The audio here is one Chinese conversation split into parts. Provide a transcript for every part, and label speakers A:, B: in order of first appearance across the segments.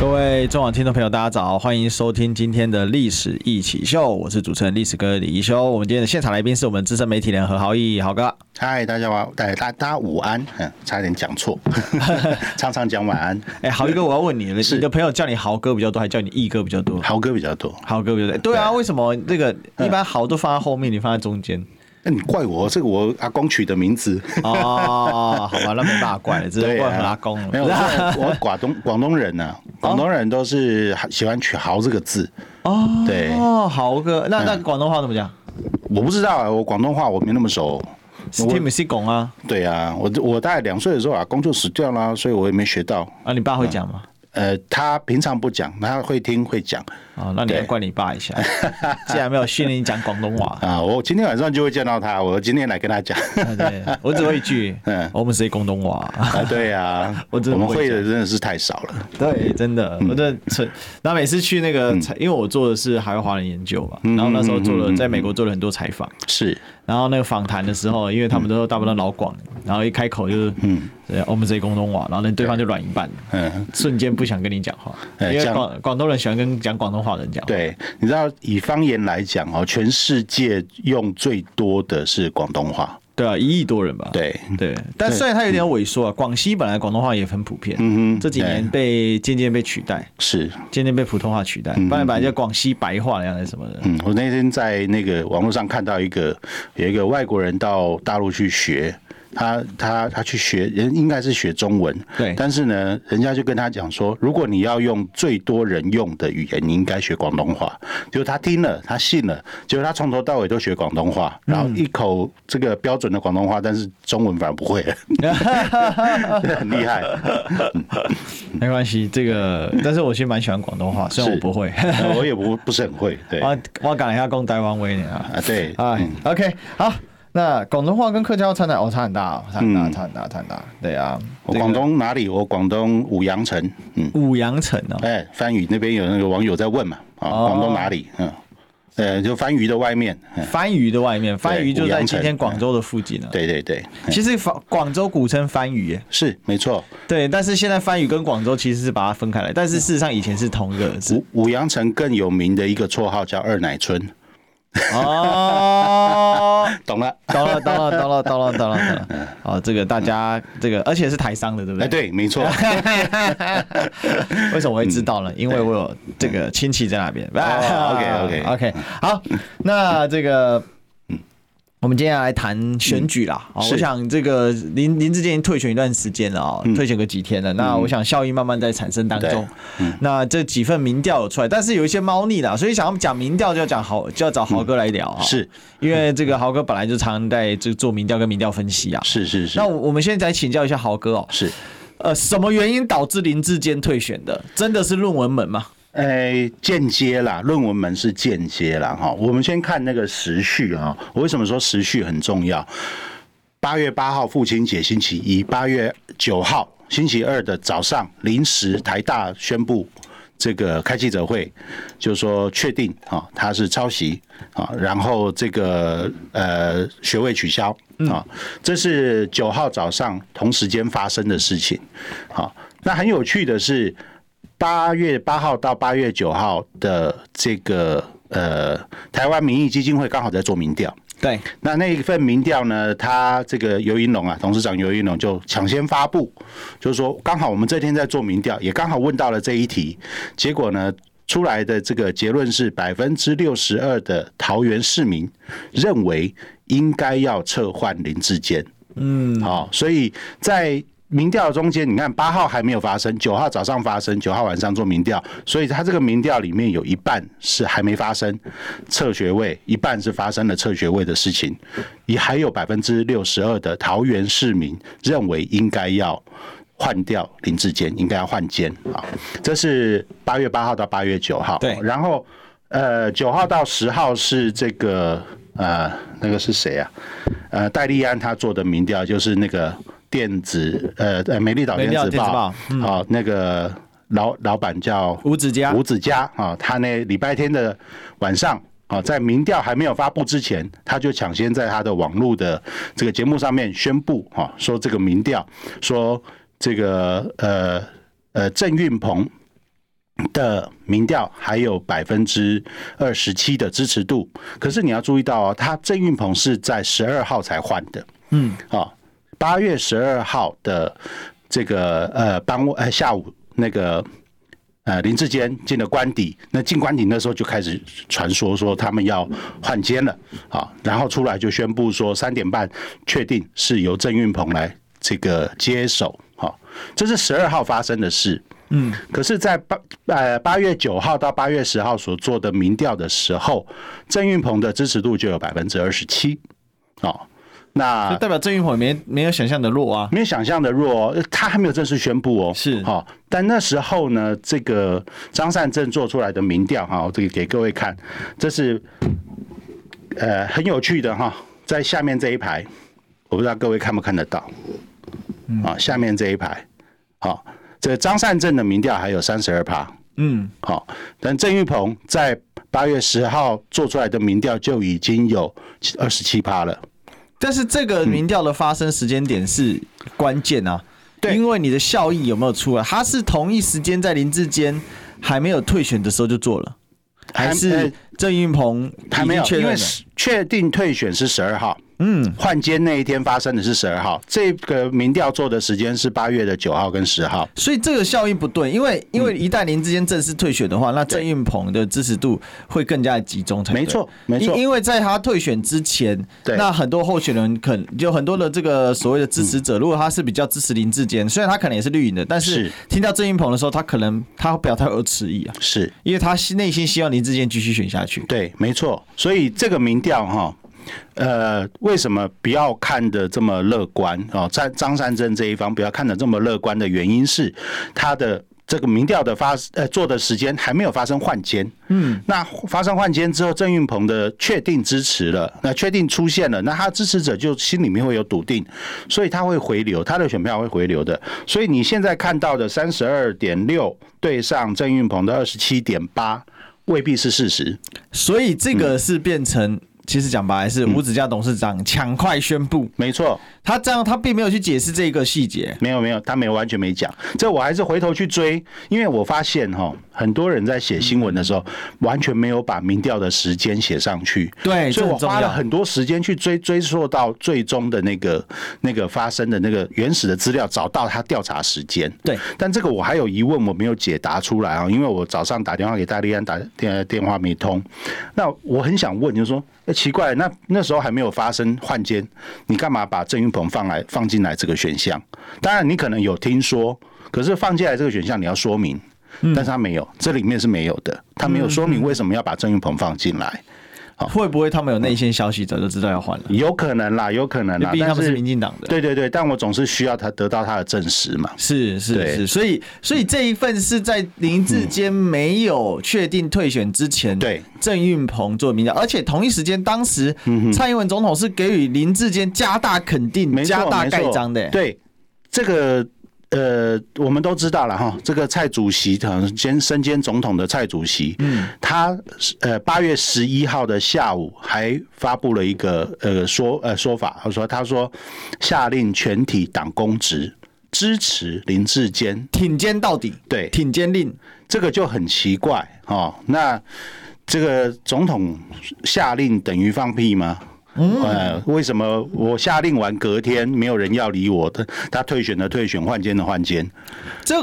A: 各位中网听众朋友，大家早，欢迎收听今天的历史一起秀，我是主持人历史哥李一修。我们今天的现场来宾是我们资深媒体人何豪毅，豪哥。
B: 嗨，大家好，哎大大家午安，嗯，差点讲 错，常常讲晚安，
A: 哎、豪毅哥，我要问你了，
B: 是
A: 你的朋友叫你豪哥比较多，还叫你毅哥比较 多？
B: 豪哥比较多。
A: 豪哥比较多。对啊，为什么这个一般豪都放在后面，你放在中 间？
B: 那、哎你怪我，这个我阿公取的名字。
A: 哦，好吧，那没办法怪了，只能
B: 嗯对
A: 怪
B: 啊
A: 回阿公
B: 没有，
A: 了。
B: 我我广东广东人呢、啊广东人都是喜欢取“豪”这个字。
A: 哦，
B: 对嗯
A: 哦，豪哥，那那广东话怎么讲？
B: 我不知道啊，我广东话我没那么熟。
A: 是听不是拱啊？
B: 对啊，我我大概两岁的时候，阿公就死掉啦，所以我也没学到。
A: 啊，你爸会讲吗？
B: 呃，他平常不讲，他会听会讲
A: 哦，那你要
B: 对
A: 怪你爸一 下，既然没有训练你讲广东话。
B: 啊。我今天晚上就会见到他，我今天来跟他讲。
A: 啊对，我只会一 句，
B: 嗯
A: 我们谁广东话？
B: 啊， 对啊，
A: 我真的
B: 们
A: 不会
B: 会
A: 讲
B: 的真的是太少了。
A: 对，嗯真的，我真的存。那每次去那个采，因为我做的是海外华人研究嘛，然后那时候做了在美国做了很多采访，
B: 是，
A: 然后那个访谈的时候，因为他们都大部分都老广，然后一开口就是，嗯，我们谁广东话，然后呢对方就软一半，
B: 嗯，
A: 瞬间不想跟你讲话，因
B: 哎
A: 为
B: 这样
A: 广广东人喜欢跟讲广东话的人讲话。
B: 对，你知道以方言来讲哦，全世界用最多的是广东话。
A: 对啊，一亿多人吧。
B: 对
A: 对，但虽然它有点萎缩啊，广西本来广东话也很普遍，嗯这几年被渐渐被取代。
B: 是，
A: 渐渐被普通话取代，不然本来叫广西白话那样的什么的。
B: 嗯，我那天在那个网络上看到一个有一个外国人到大陆去学，他他他去学，人应该是学中文，
A: 对
B: 但是呢，人家就跟他讲说，如果你要用最多人用的语言，你应该学广东话。结果他听了，他信了，结果他从头到尾都学广东话，
A: 嗯
B: 然后一口这个标准的广东话，但是中文反而不会了， 很厉 害。
A: 没关系，这个，
B: 嗯
A: 但是我其实蛮喜欢广东话，虽然我不会。
B: 呃我也不不是很会，对啊，
A: 我我讲一下讲台湾话呢啊。
B: 对，
A: 哎
B: 嗯
A: ，OK，好，那广东话跟客家话差哪？哦，差很大哦，差很大，
B: 嗯
A: 差很大，差很大。对啊，
B: 我
A: 这个
B: 广东哪里？我广东五羊城，嗯，
A: 五羊城哦，
B: 哎，番禺那边有那个网友在问嘛，啊，
A: 哦
B: 广东哪里？嗯，呃，就番禺的外面，嗯，
A: 番禺的外面，番禺就
B: 五
A: 在
B: 羊
A: 今
B: 城
A: 天广州的附近啊。，
B: 对对对，
A: 其实广广州古称番禺耶，
B: 是没错。
A: 对，但是现在番禺跟广州其实是把它分开来，但是事实上以前是同一个字。
B: 五五羊城更有名的一个绰号叫二奶村，
A: 哦，
B: 懂了？
A: 懂了，懂了，懂了，懂了，懂了，懂了。好，这个大家这个，而且是台商的，对不
B: 哎，
A: 对？
B: 对，没错。
A: 为什么我会知
B: 嗯
A: 道呢？因为我有这个亲戚在那边。
B: 哦 OK，OK
A: OK，好，那这个。我们接下来谈选举啦，哦，
B: 嗯是嗯
A: 我想这个林林志坚已经退选一段时间了哦，退选个几天了，那我想效益慢慢在产生当中
B: 对。嗯
A: 那这几份民调有出来，但是有一些猫腻啦，所以想要讲民调就要讲豪，就要找豪哥来聊啊、哦
B: 是
A: 因为这个豪哥本来就常在这做民调跟民调分析啊。
B: 是是是
A: 那我我们现在请教一下豪哥哦，
B: 是。
A: 呃，什么原因导致林志坚退选的？真的是论文门吗？
B: 哎，间接啦，论文门是间接啦，哈。我们先看那个时序啊、我为什么说时序很重要？八月八号父亲节星期一，八月九号星期二的早上临时台大宣布这个开记者会，就说确定啊、他是抄袭啊、然后这个呃学位取消啊、这是九号早上同时间发生的事情。好、那很有趣的是。八月八号到八月九号的这个呃，台湾民意基金会刚好在做民调。
A: 对，
B: 那那一份民调呢，他这个尤银龙啊，董事长尤银龙就抢先发布，就是说刚好我们这天在做民调，也刚好问到了这一题，结果呢出来的这个结论是百分之六十二的桃园市民认为应该要撤换林志坚。嗯，好、所以在。民调中间，你看八号还没有发生，九号早上发生，九号晚上做民调，所以他这个民调里面有一半是还没发生撤学位，一半是发生了撤学位的事情，也还有百分之六十二的桃园市民认为应该要换掉林志坚，应该要换监啊。这是八月八号到八月九号，
A: 对
B: 然后呃九号到十号是这个呃那个是谁啊？呃，戴利安他做的民调就是那个电子呃呃美丽岛
A: 美
B: 电
A: 丽岛
B: 子
A: 电子
B: 报
A: 报嗯
B: 啊、那个老老板叫
A: 吴子嘉
B: 吴子嘉啊、他那礼拜天的晚上啊、在民调还没有发布之前，他就抢先在他的网络的这个节目上面宣布啊、说这个民调说这个呃呃郑运鹏的民调还有百分之二十七的支持度，可是你要注意到哦，他郑运鹏是在十二号才换的，嗯，哦，八月十二号的这个呃傍晚呃下午那个呃林志坚进了官邸，那进官邸那时候就开始传说说他们要换监了，啊、然后出来就宣布说三点半确定是由郑运鹏来这个接手，好、这是十二号发生的事。嗯，可是，在八呃八月九号到八月十号所做的民调的时候，郑运鹏的支持度就有百分之二十七，哦，那
A: 就代表郑云鹏没没有想象的弱啊。
B: 没有想象的弱、哦，他还没有正式宣布哦。
A: 是
B: 好、但那时候呢，这个张善政做出来的民调哈、我这个给各位看，这是呃很有趣的哈、在下面这一排，我不知道各位看不看得到啊、
A: 嗯
B: 下面这一排，好、这张善政的民调还有三十二趴，
A: 嗯，
B: 好、但郑玉鹏在八月十号做出来的民调就已经有二十七趴了。
A: 但是这
B: 嗯
A: 个民调的发生时间点是关键啊，
B: 对
A: 因为你的效益有没有出来？他是同一时间在林志坚还没有退选的时候就做了，还
B: 呃
A: 是郑云鹏
B: 还
A: 已
B: 没
A: 经
B: 有，
A: 确
B: 因
A: 认
B: 为
A: 了？
B: 是确定退选是十二号，嗯，换监那一天发生的是十二号，这个民调做的时间是八月的九号跟十号，
A: 所以这个效应不对，因为因为
B: 嗯
A: 一旦林志坚正式退选的话，那郑运鹏的支持度会更加集中才对
B: 没错没错
A: 因因为在他退选之前，
B: 对
A: 那很多候选人可能就很多的这个所谓的支持者，如果他是比较支持林志坚，虽然他可能也是绿营的，但是
B: 嗯是
A: 听到郑运鹏的时候，他可能他表态而迟疑啊，
B: 是
A: 因为他心内心希望林志坚继续选下去。
B: 对，没错，所以这个民调哈。呃，为什么不要看的这么乐观哦？在张善政这一方不要看的这么乐观的原因是，他的这个民调的发呃做的时间还没有发生换监，嗯，那发生换监之后，郑运鹏的确定支持了，那确定出现了，那他支持者就心里面会有笃定，所以他会回流，他的选票会回流的。所以你现在看到的三十二点六对上郑运鹏的二十七点八，未必是事实，
A: 所以这
B: 嗯
A: 个是变成，其实讲白了是吴子嘉董事长抢快宣布，
B: 没错，
A: 他这样他并没有去解释这个细节。
B: 没有没有，他没有完全没讲。这我还是回头去追，因为我发现哈，很多人在写新闻的时候，完全没有把民调的时间写上去。
A: 对
B: 所
A: 这
B: 以我
A: 很重
B: 花了
A: 要
B: 很多时间去追追溯到最终的那个那个发生的那个原始的资料，找到他调查时间。
A: 对，
B: 但这个我还有疑问，我没有解答出来啊、因为我早上打电话给戴利安，打电电话没通。那我很想问，就是说，哎，奇怪，那那时候还没有发生换监，你干嘛把郑云鹏放来放进来这个选项？当然，你可能有听说，可是放进来这个选项你要说明，但是他没有，这里面是没有的，他没有说明为什么要把郑云鹏放进来。
A: 会不会他们有内线消息早就知道要换了？
B: 有可能啦，有可能
A: 因
B: 啦
A: 为，毕竟他
B: 嗯但
A: 们是民进党的。
B: 对对对，但我总是需要他得到他的证实嘛。
A: 是是
B: 对
A: 是，所以所以这一份是在林志坚没有确定退选之前，
B: 对
A: 郑运鹏做民调，而且同一时间，当时蔡英文总统是给予林志坚加大肯定、
B: 嗯没
A: 加
B: 错，
A: 大
B: 没错
A: 盖章的、欸，
B: 对，这个呃，我们都知道了哈，这个蔡主席，好像兼身兼总统的蔡主席，嗯，他呃八月十一号的下午还发布了一个呃说呃说法，他说他说下令全体党公职支持林志坚
A: 挺肩到底，
B: 对
A: 挺肩令，
B: 这个就很奇怪哦。那这个总统下令等于放屁吗？嗯、呃，为什么我下令完隔天没有人要理我？他他退选的退选，换监的换监。
A: 这。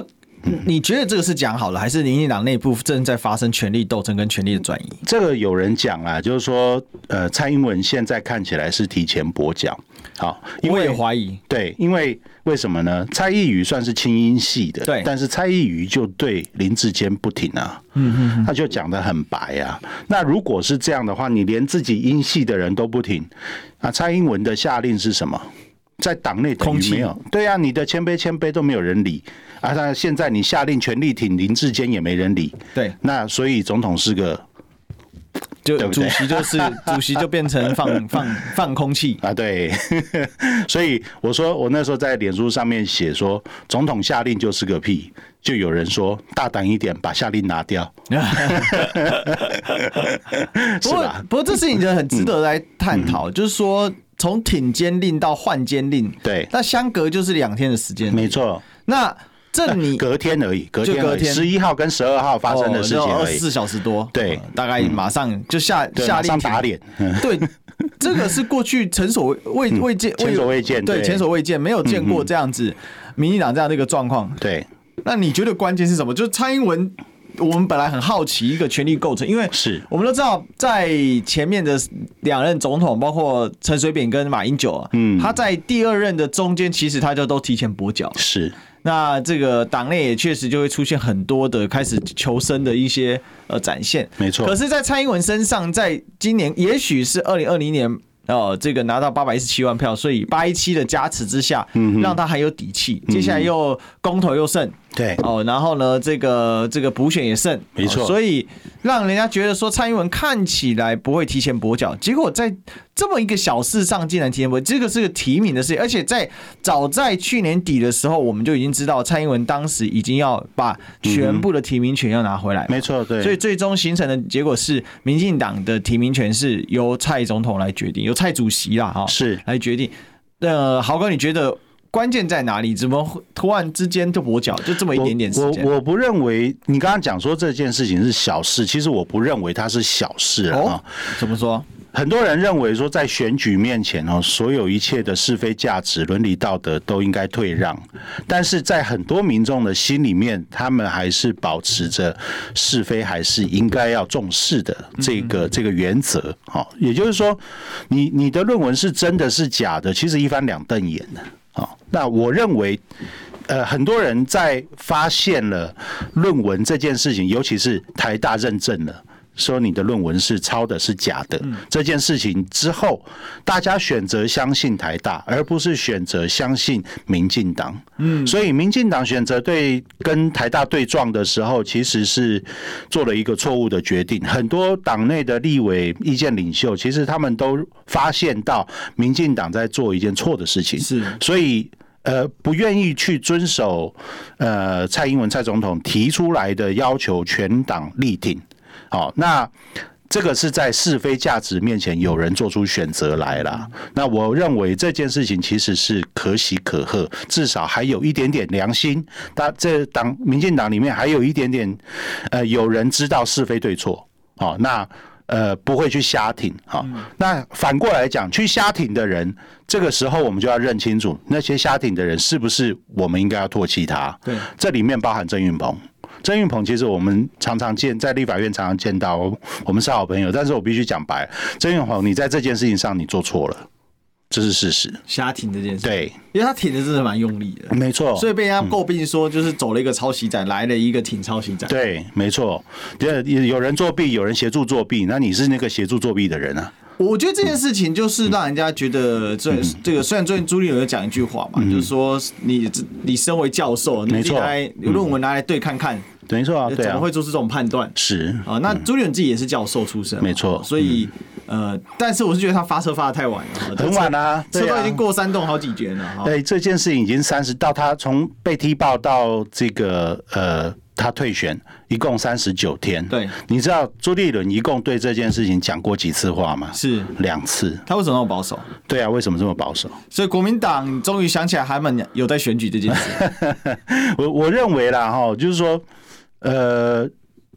A: 你觉得这个是讲好了，还是民进党内部正在发生权力斗争跟权力的转移？
B: 这个有人讲啊，就是说，呃，蔡英文现在看起来是提前跛脚，好，因
A: 我
B: 为
A: 也怀疑，
B: 对，因为为什么呢？蔡依瑜算是清音系的，
A: 对
B: 但是蔡依瑜就对林志坚不挺啊，嗯嗯，他就讲得很白啊。那如果是这样的话，你连自己音系的人都不挺，啊，蔡英文的下令是什么？在党内等
A: 空
B: 于
A: 气
B: 没有，对啊，你的谦卑谦卑都没有人理啊。那现在你下令全力挺林志坚也没人理，
A: 对，
B: 那所以总统是个
A: 就
B: 对不
A: 主
B: 对
A: 席就是 主席就变成放放放空气，
B: 啊，对， 所以我说我那时候在脸书上面写说，总统下令就是个屁，就有人说大胆一点，把下令拿掉，
A: 不
B: 是
A: 过
B: 吧？
A: 不过这事情就很值得来探
B: 嗯
A: 讨，就是说从挺监令到换监令，
B: 对
A: 那相隔就是两天的时间，
B: 没。错，
A: 那这你哦
B: 隔天而已，隔天
A: 隔
B: 而已，
A: 天哦
B: 十一号跟十二号发生的事情
A: 二
B: 而
A: 十
B: 已，
A: 四小时多，
B: 对嗯
A: 呃大概马上就下
B: 对，
A: 下
B: 马
A: 令
B: 上
A: 停
B: 打脸， 嗯
A: 对，这个是过去前所未未见
B: 前所未见
A: 对
B: 对嗯
A: 前所未见，没有见过这样子民进党这样的一个状况。
B: 对，
A: 那你觉得关键是什么？就是蔡英文，我们本来很好奇一个权力构成，因为
B: 是
A: 我们都知道，在前面的两任总统，包括陈水扁跟马英九啊，
B: 嗯
A: 他在第二任的中间，其实他就都提前跛脚。
B: 是，
A: 那这个党内也确实就会出现很多的开始求生的一些呃展现，
B: 没错
A: 可是，在蔡英文身上，在今年也许是二零二零年。哦，这个拿到八百一十七万票，所以八一七的加持之下，嗯、让他还有底气。接下来又公投又胜，
B: 对，
A: 哦，然后呢，这个这个补选也胜，
B: 没错
A: 哦所以让人家觉得说蔡英文看起来不会提前跛脚，结果在这么一个小事上竟然提前跛，这个是个提名的事情，而且在早在去年底的时候，我们就已经知道蔡英文当时已经要把全部的提名权要拿回来，
B: 没错，嗯对，
A: 所以最终形成的结果是，民进党的提名权是由蔡总统来决定，由蔡主席啦，哈、
B: 是
A: 来决定。那豪哥，你觉得关键在哪里？怎么会突然之间就跛脚？就这么一点点时间
B: 我？我我不认为你刚刚讲说这件事情是小事，其实我不认为它是小事啊、
A: 哦，怎么说？
B: 很多人认为说，在选举面前哦，所有一切的是非价值、伦理道德都应该退让，但是在很多民众的心里面，他们还是保持着是非还是应该要重视的这个这个原则。好，也就是说，你你的论文是真的是假的，其实一翻两瞪眼的。好，啊那我认为。呃，很多人在发现了论文这件事情，尤其是台大认证了。说你的论文是抄的，是假的、这件事情之后，大家选择相信台大，而不是选择相信民进党。嗯，所以民进党选择对跟台大对撞的时候，其实是做了一个错误的决定。很多党内的立委、意见领袖，其实他们都发现到民进党在做一件错的事情。
A: 是
B: 所以呃，不愿意去遵守呃蔡英文蔡总统提出来的要求，全党力挺。好、那。这个是在是非价值面前，有人做出选择来啦。那我认为这件事情其实是可喜可贺，至少还有一点点良心。那这党民进党里面还有一点点，呃，有人知道是非对错。好、那呃不会去瞎挺哈、
A: 嗯
B: 那反过来讲，去瞎挺的人，这个时候我们就要认清楚，那些瞎挺的人是不是我们应该要唾弃他？
A: 对
B: 这里面包含郑运鹏。郑运鹏其实我们常常见在立法院常常见到，我我们是好朋友，但是我必须讲白，郑运鹏你在这件事情上你做错了，这是事实。
A: 瞎挺这件事，，
B: 对，
A: 因为他挺的真的蛮用力的，
B: 没错。
A: 所以被人家诟病说就是走了一个抄袭展，来了一个挺抄袭展。
B: 对，没错。有有人作弊，有人协助作弊，那你是那个协助作弊的人啊？
A: 我觉得这件事情就是让人家觉得这、
B: 嗯
A: 这个，虽然最近朱立伦有讲一句话嘛，就是说你你身为教授，你
B: 没
A: 自己
B: 错
A: 拿来论文拿来对看看，
B: 没错啊，对
A: 怎
B: 啊
A: 么，会做出这种判断？
B: 是
A: 啊，那朱立伦自己也是教授出身嘛，
B: 嗯
A: 哦
B: 没错嗯
A: 所以呃，但是我是觉得他发车发的太晚了，
B: 很晚啦
A: 车
B: 对
A: 车
B: 啊
A: 都已经过山洞好几圈了哈。
B: 对哎这件事已经三十，到他从被踢爆到这个呃，他退选，一共三十九天。
A: 对，
B: 你知道朱立伦一共对这件事情讲过几次话吗？
A: 是
B: 两次。
A: 他为什么那么保守？
B: 对啊，为什么这么保守？
A: 所以国民党终于想起来他们有在选举这件 事，
B: 我我认为啦，哈，就是说，呃，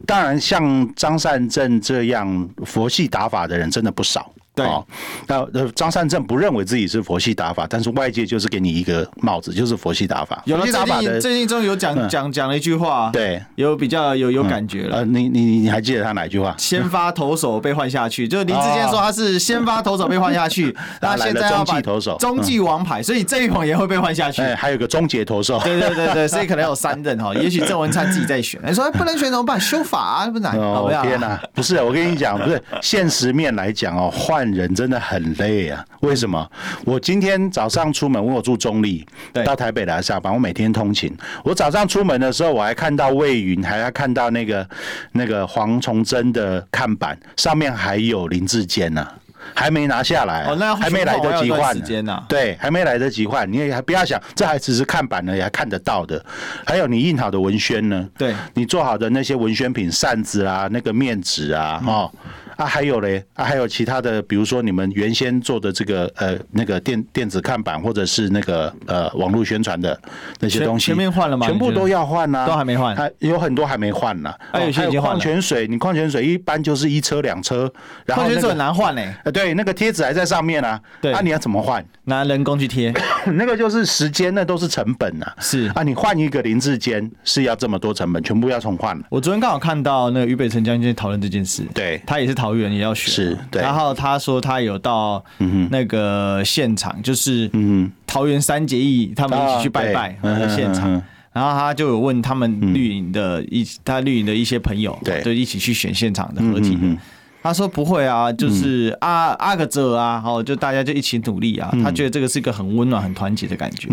B: 当然像张善政这样佛系打法的人真的不少。
A: 对
B: 哦那呃，张善政不认为自己是佛系打法，但是外界就是给你一个帽子，就是佛系打法。
A: 有了
B: 佛系打
A: 最
B: 法
A: 近
B: 的，
A: 最近终于有讲讲讲了一句话，，
B: 对，
A: 嗯有比较有有感觉了。
B: 呃，你你你还记得他哪一句话？
A: 先发投手被换下去，就是林志坚说他是先发投手被换下 去，那
B: 他哦来
A: 现
B: 了
A: 在要把
B: 中继投手嗯
A: 中继王牌，所以郑玉鹏也会被换下去。
B: 哎，还有个终结投手。
A: 对对对对，所以可能有三任 哈，也许郑文灿自己在选，你说哎不能选怎么办？修法啊，不能，好
B: 哦
A: 不好？
B: 天哪、不是，我跟你讲，不是现实面来讲哦，换换人真的很累啊。为什么？我今天早上出门，我有住中立，
A: 对
B: 到台北来上班，我每天通勤。我早上出门的时候，我还看到魏云，还要看到那个那个黄崇祯的看板，上面还有林志坚呢、还没拿下来、啊
A: 哦那要
B: 还没来得
A: 还有一
B: 及
A: 段
B: 换
A: 时间
B: 呢
A: 啊
B: 对，还没来得及换，你也还不要想，这还只是看板呢，也还看得到的。还有你印好的文宣呢，
A: 对嗯
B: 你做好的那些文宣品、扇子啊、那个面纸啊，哦。啊，还有嘞，啊，还有其他的，比如说你们原先做的这个呃那个电电子看板，或者是那个呃网络宣传的那些
A: 全
B: 东西，
A: 全面换了吗
B: 全部
A: 你觉得
B: 都要换啊，
A: 都还没换
B: 还有很多还没换呢、哦
A: 啊有些
B: 还
A: 已经换了
B: 矿泉水，你矿泉水一般就是一车两车，然后、
A: 矿
B: 那个、
A: 泉水很难换欸嘞、
B: 呃，对，那个贴纸还在上面啊。
A: 对
B: 啊，你要怎么换？
A: 拿人工去贴，
B: 那个就是时间，那都是成本啊。
A: 是
B: 啊，你换一个林志坚是要这么多成本，全部要 重换了。
A: 我昨天刚好看到那个俞北辰将军讨论这件事，
B: 对
A: 他也是桃园也要选，
B: 是对
A: 然后他说他有到那个现场，就是
B: 嗯
A: 桃园三结义，他们一起去拜拜
B: 啊对
A: 那个现
B: 嗯嗯嗯
A: 场
B: 嗯。
A: 然后他就有问他们绿营的一他绿营的一些朋友，
B: 对
A: 就一起去选现场的合体的
B: 嗯嗯嗯嗯
A: 他说不会啊，就是阿阿个者啊，哦，就大家就一起努力啊。他觉得这个是一个很温暖、很团结的感觉。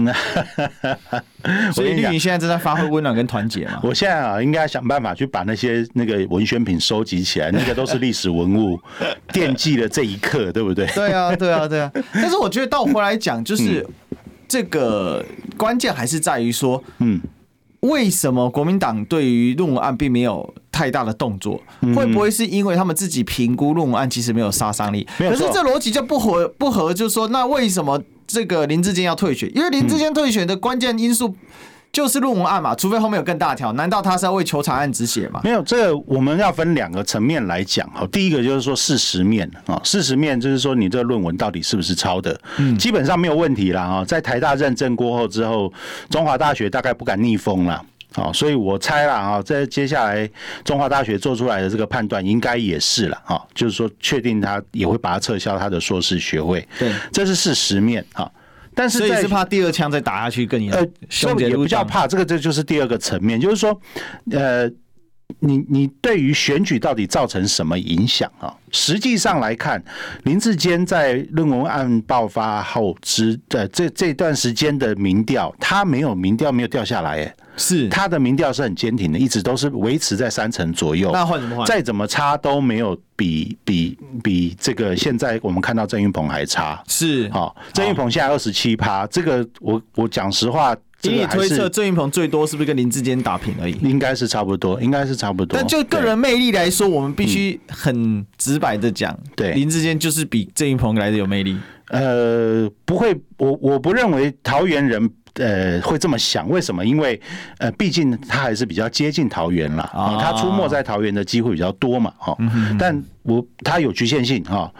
A: 所以
B: 嗯我跟你
A: 绿
B: 讲
A: 营现在正在发挥温暖跟团结嘛。
B: 我现在啊，应该想办法去把那些那个文宣品收集起来，那个都是历史文物， 惦记了这一刻，对不对？
A: 对啊，对啊，对啊。但是我觉得倒回来讲，就是这个关键还是在于说，
B: 嗯，
A: 为什么国民党对于论文案并没有太大的动作？
B: 嗯
A: 会不会是因为他们自己评估论文案其实没有杀伤力？
B: 没有
A: 可是
B: 错
A: 这逻辑就不合不合，就是说那为什么这个林志坚要退选？因为林志坚退选的关键因素。就是论文案嘛，除非后面有更大条，难道他是要为球场案止血吗？
B: 没有，这个我们要分两个层面来讲哈。第一个就是说事实面啊，事实面就是说你这个论文到底是不是抄的，
A: 嗯
B: 基本上没有问题啦啊。在台大认证过后之后，中华大学大概不敢逆风了。好，所以我猜啦啊，在接下来中华大学做出来的这个判断，应该也是了啊，就是说确定他也会把它撤销他的硕士学位，
A: 对
B: 这是事实面啊。但是
A: 所以
B: 在
A: 是怕第二枪再打下去更严，
B: 呃，
A: 凶
B: 这
A: 杰
B: 也
A: 如
B: 不叫
A: 撞
B: 怕，这个这就是第二个层面，就是说，呃，你你对于选举到底造成什么影响啊？实际上来看，林志坚在论文案爆发后之呃这这段时间的民调，他没有民调没有掉下来，哎，
A: 是
B: 他的民调是很坚挺的，一直都是维持在三成左右。
A: 那换什么换？
B: 再怎么差都没有比比比这个现在我们看到郑云鹏还差。
A: 是
B: 好、郑云鹏现在二十七趴，这个我我讲实话，这
A: 以
B: 个
A: 你
B: 还
A: 推测，
B: 是
A: 郑云鹏最多是不是跟林志坚打平而已？
B: 应该是差不多，应该是差不多。
A: 但就个人魅力来说，我们必须很直白的讲，
B: 嗯对
A: 林志坚就是比郑云鹏来的有魅力。
B: 对呃，不会，我我不认为桃园人。呃，会这么想？为什么？因为呃，毕竟他还是比较接近桃园啦，
A: 啊嗯
B: 他出没在桃园的机会比较多嘛，哦。但我他有局限性哈、哦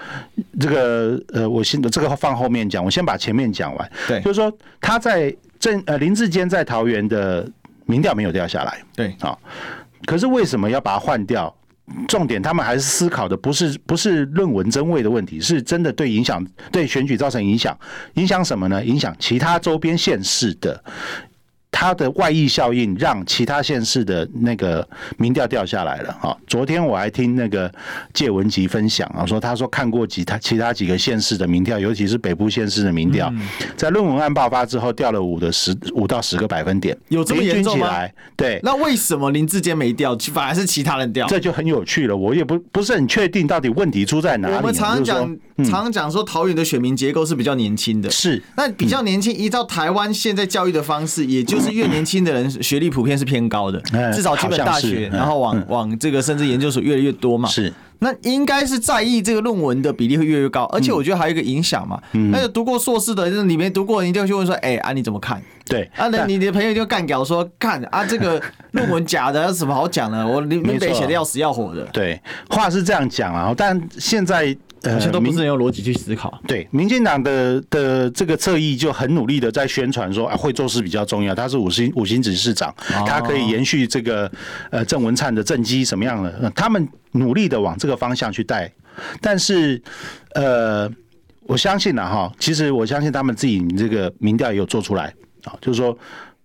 B: 这个呃，我先这个放后面讲，我先把前面讲完。
A: 对
B: 就是说他在郑呃林志坚在桃园的民调没有掉下来，
A: 对，
B: 啊、可是为什么要把它换掉？重点他们还是思考的不是不是论文真伪的问题，是真的对影响对选举造成影响，影响什么呢？影响其他周边县市的。它的外溢效应让其他县市的那个民调掉下来了啊、昨天我还听那个谢文吉分享啊，说他说看过其他其他几个县市的民调，尤其是北部县市的民调，
A: 嗯
B: 在论文案爆发之后掉了五的十五到十个百分点，
A: 有这么严重
B: 平均
A: 吗
B: 起来，对，
A: 那为什么林志坚没掉，反而是其他人掉？
B: 这就很有趣了。我也不不是很确定到底问题出在哪里。啊
A: 我们常常
B: 就是说嗯
A: 讲，常常讲说桃园的选民结构是比较年轻的，
B: 是嗯
A: 那比较年轻，依照台湾现在教育的方式，也就是越年轻的人学历普遍是偏高的
B: 哎，
A: 至少基本大
B: 好像是
A: 学，
B: 嗯
A: 然后往往这个甚至研究所越来越多嘛。
B: 啊是，
A: 那应该是在意这个论文的比例会越来越高，
B: 嗯
A: 而且我觉得还有一个影响嘛，那个读过硕士的，那里面读过，你就去问说，哎啊你怎么看？
B: 对
A: 啊，那
B: 但
A: 你你的朋友就干屌说，看啊这 个论文假的，有什么好讲的？我林
B: 没
A: 林
B: 错
A: 北写的要死要活的，
B: 对话是这样讲啊，但现在
A: 好
B: 呃
A: 像都不
B: 民
A: 是很有逻辑去思考。
B: 对，民进党的的这个侧翼就很努力的在宣传说啊，会做事比较重要。他是五星五星指市长，他可以延续这个呃郑文灿的政绩什么样的、呃他们努力的往这个方向去带，但是呃，我相信了哈，其实我相信他们自己这个民调也有做出来啊，就是说。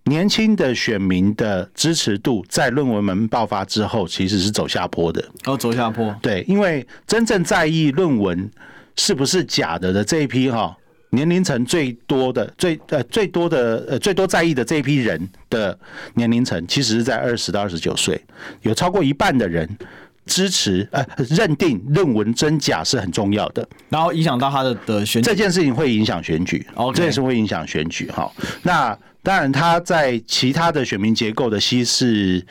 B: 年轻的选民的支持度在论文门爆发之后，其实是走下坡的。
A: 哦然后走下坡，
B: 对，因为真正在意论文是不是假的的这一批哈、年龄层最多的、最呃最多的呃最多在意的这一批人的年龄层，其实是在二十到二十九岁，有超过一半的人支持呃认定论文真假是很重要的。
A: 然后影响到他的的选举
B: 这件事情会影响选举
A: OK
B: 这件事会影响选举哈。那当然，他在其他的选民结构的稀释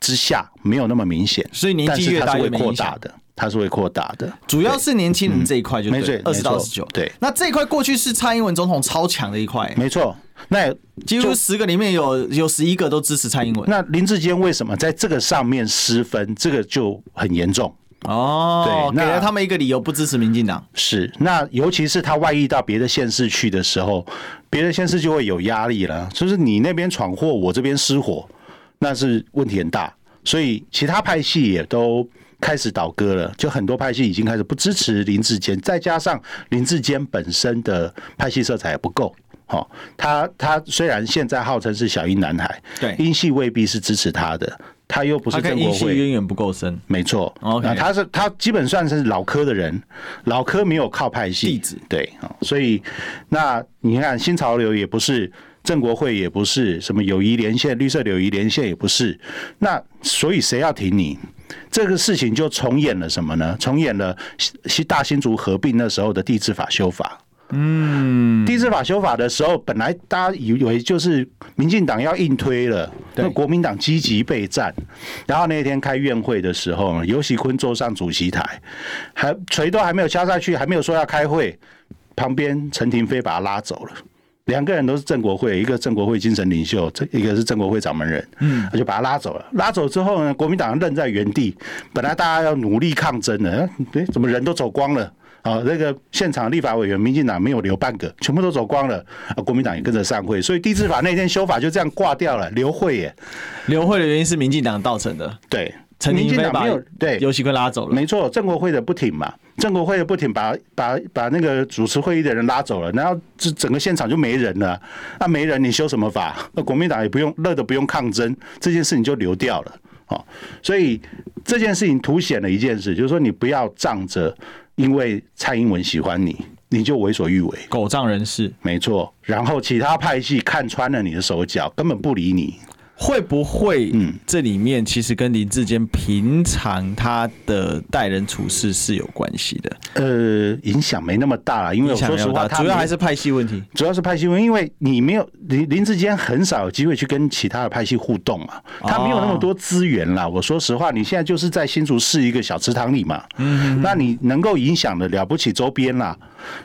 B: 之下没有那么明显，
A: 所以年纪
B: 但是
A: 越大
B: 它是
A: 越
B: 会
A: 没
B: 扩
A: 影响
B: 大的，它是会扩大的。
A: 主要是年轻人这一块就
B: 嗯没
A: 对了，
B: 错
A: 二十到二
B: 没
A: 十九
B: 错。对
A: 那这一块过去是蔡英文总统超强的一块，
B: 没错，那
A: 几乎十个里面有有十一个都支持蔡英文。
B: 那林志坚为什么在这个上面失分？这个就很严重。
A: 哦，
B: 对
A: 给
B: 那
A: 了他们一个理由不支持民进党。
B: 是，那尤其是他外溢到别的县市去的时候，别的县市就会有压力了。就是你那边闯祸，我这边失火，那是问题很大。所以其他派系也都开始倒戈了，就很多派系已经开始不支持林志坚，再加上林志坚本身的派系色彩也不够。好、他他虽然现在号称是小英男孩，
A: 对
B: 英系未必是支持他的，他又不
A: 他
B: 是
A: 跟
B: 郑
A: 英
B: 国
A: 系
B: 会，
A: 渊源不够深，
B: 没错
A: OK
B: 那他是他基本算是老科的人，老科没有靠派系
A: 弟子，
B: 对，哦所以那你看新潮流也不是，郑国会也不是，什么友谊连线、绿色友谊连线也不是，那所以谁要挺你？这个事情就重演了什么呢？重演了西西大新竹合并那时候的地质法修法。嗯，地质法修法的时候，本来大家以为就是民进党要硬推了，那国民党积极备战。然后那天开院会的时候，尤喜坤坐上主席台，还锤都还没有敲下去，还没有说要开会，旁边陈廷飞把他拉走了。两个人都是郑国会，一个郑国会精神领袖，这一个是郑国会掌门人，嗯，就把他拉走了。拉走之后呢，国民党愣在原地。本来大家要努力抗争的，哎，诶怎么人都走光了啊？那个现场立法委员，民进党没有留半个，全部都走光了啊！国民党也跟着散会，所以地质法那天修法就这样挂掉了，留会耶。
A: 流会的原因是民进党造成的。
B: 对，
A: 陈
B: 民
A: 廷
B: 进
A: 飞
B: 党
A: 把
B: 没有对
A: 尤喜坤拉走了。
B: 没错，郑国会的不挺嘛，郑国会的不挺把把把那个主持会议的人拉走了，然后这整个现场就没人了。那、没人，你修什么法？那国民党也不用乐得不用抗争，这件事情就流掉了。哦，所以这件事情凸显了一件事，就是说你不要仗着因为蔡英文喜欢你，你就为所欲为。
A: 狗仗人势，
B: 没错，然后其他派系看穿了你的手脚，根本不理你。
A: 会不会？嗯
B: 嗯，
A: 这里面其实跟林志坚平常他的待人处事是有关系的。
B: 呃，影响没那么大了，因为我
A: 影响
B: 说
A: 没有
B: 实话，
A: 大
B: 他
A: 主要
B: 没
A: 还是派系问题。
B: 主要是派系问，因为你没有林林志坚很少有机会去跟其他的派系互动嘛，
A: 哦
B: 他没有那么多资源啦。我说实话，你现在就是在新竹市一个小池塘里嘛，嗯，那你能够影响的了不起周边啦，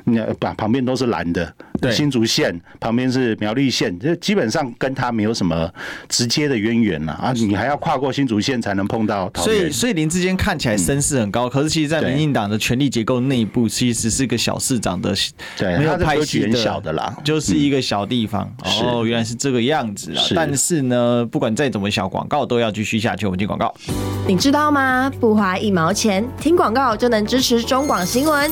B: 你把旁边都是蓝的，
A: 对
B: 新竹县旁边是苗栗县，这基本上跟他没有什么直接的渊源啦。啊，你还要跨过新竹县才能碰到桃
A: 所以，
B: 园。嗯
A: 所以林志坚看起来声势很高，可是其实，在
B: 对
A: 民进党的权力结构内部，其实是个小市长的，
B: 对
A: 没有
B: 他的
A: 派
B: 格
A: 系
B: 局很小的啦
A: 就是一个小地方。
B: 是
A: 哦，原来是这个样子啊！
B: 是
A: 但是呢，不管再怎么小，广告都要继续下去。我们进广告。
C: 你知道吗？不花一毛钱，听广告就能支持中广新闻。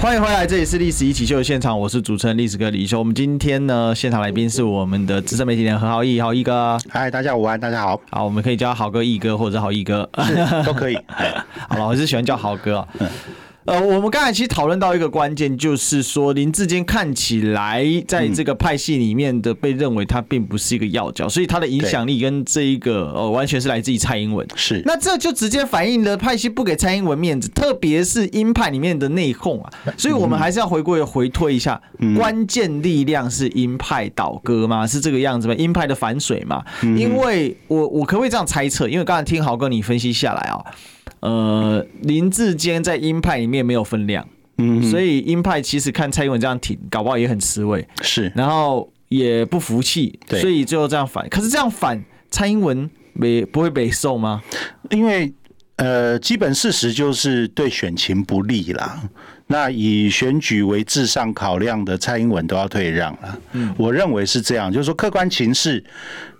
A: 欢迎回来，这里是《历史一起秀》的现场，我是主持人历史哥李修。我们今天呢，现场来宾是我们的资深媒体人何浩义，浩义哥。
B: 嗨，哎大家午安，大家好，
A: 好，我们可以叫他好哥、义哥或者是好义哥。
B: 是 都可以。哎
A: 好了，我是喜欢叫豪哥、哦。呃，我们刚才其实讨论到一个关键，就是说林志坚看起来在这个派系里面的被认为他并不是一个要角，所以他的影响力跟这一个呃完全是来自于蔡英文。
B: 是
A: 那这就直接反映了派系不给蔡英文面子，特别是鹰派里面的内讧啊。所以我们还是要回过回退一下，
B: 嗯
A: 关键力量是鹰派倒戈吗？是这个样子吗？鹰派的反水嘛？
B: 嗯
A: 因为我我可不可以这样猜测？因为刚才听豪哥你分析下来啊、呃，林志坚在鹰派里面没有分量，
B: 嗯，
A: 所以鹰派其实看蔡英文这样挺，搞不好也很吃味，
B: 是
A: 然后也不服气，
B: 对
A: 所以最后这样反。可是这样反，蔡英文没不会被受吗？
B: 因为呃，基本事实就是对选情不利啦。那以选举为至上考量的蔡英文都要退让了，
A: 嗯
B: 我认为是这样，就是说客观情势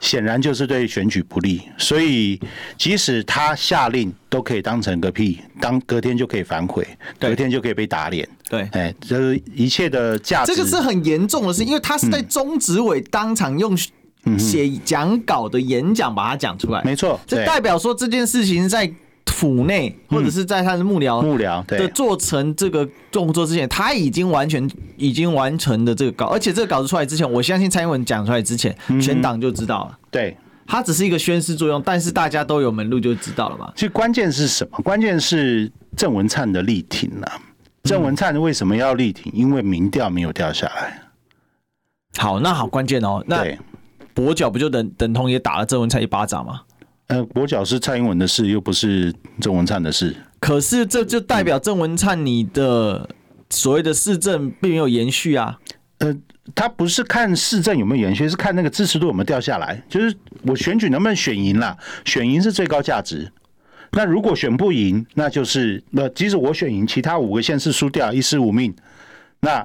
B: 显然就是对选举不利，所以即使他下令都可以当成个屁，当隔天就可以反悔，
A: 对
B: 隔天就可以被打脸，
A: 对
B: 哎，就是一切的价值，
A: 啊这个是很严重的事，因为他是
B: 嗯
A: 在中执委当场用写讲稿的演讲把它讲出来，
B: 没错，
A: 这
B: 对嗯
A: 代表说这件事情在府内或者是在他的幕僚
B: 幕僚
A: 的
B: 对。
A: 做成这个动作之前，他已经完全已经完成的这个稿，而且这个稿子出来之前，我相信蔡英文讲出来之前，
B: 嗯
A: 全党就知道了。
B: 对
A: 它只是一个宣示作用，但是大家都有门路就知道了嘛。
B: 其实关键是什么？关键是郑文灿的力挺啊。郑文灿为什么要力挺？因为民调没有掉下来。
A: 好，那好关键哦，那
B: 对，
A: 跛脚不就等等同也打了郑文灿一巴掌吗？
B: 呃，国脚是蔡英文的事，又不是郑文灿的事。
A: 可是这就代表郑文灿你的所谓的市政并没有延续啊。
B: 呃，他不是看市政有没有延续，是看那个支持度有没有掉下来。就是我选举能不能选赢啦？选赢是最高价值。那如果选不赢，那就是那即使我选赢，其他五个县市输掉，一失五命，那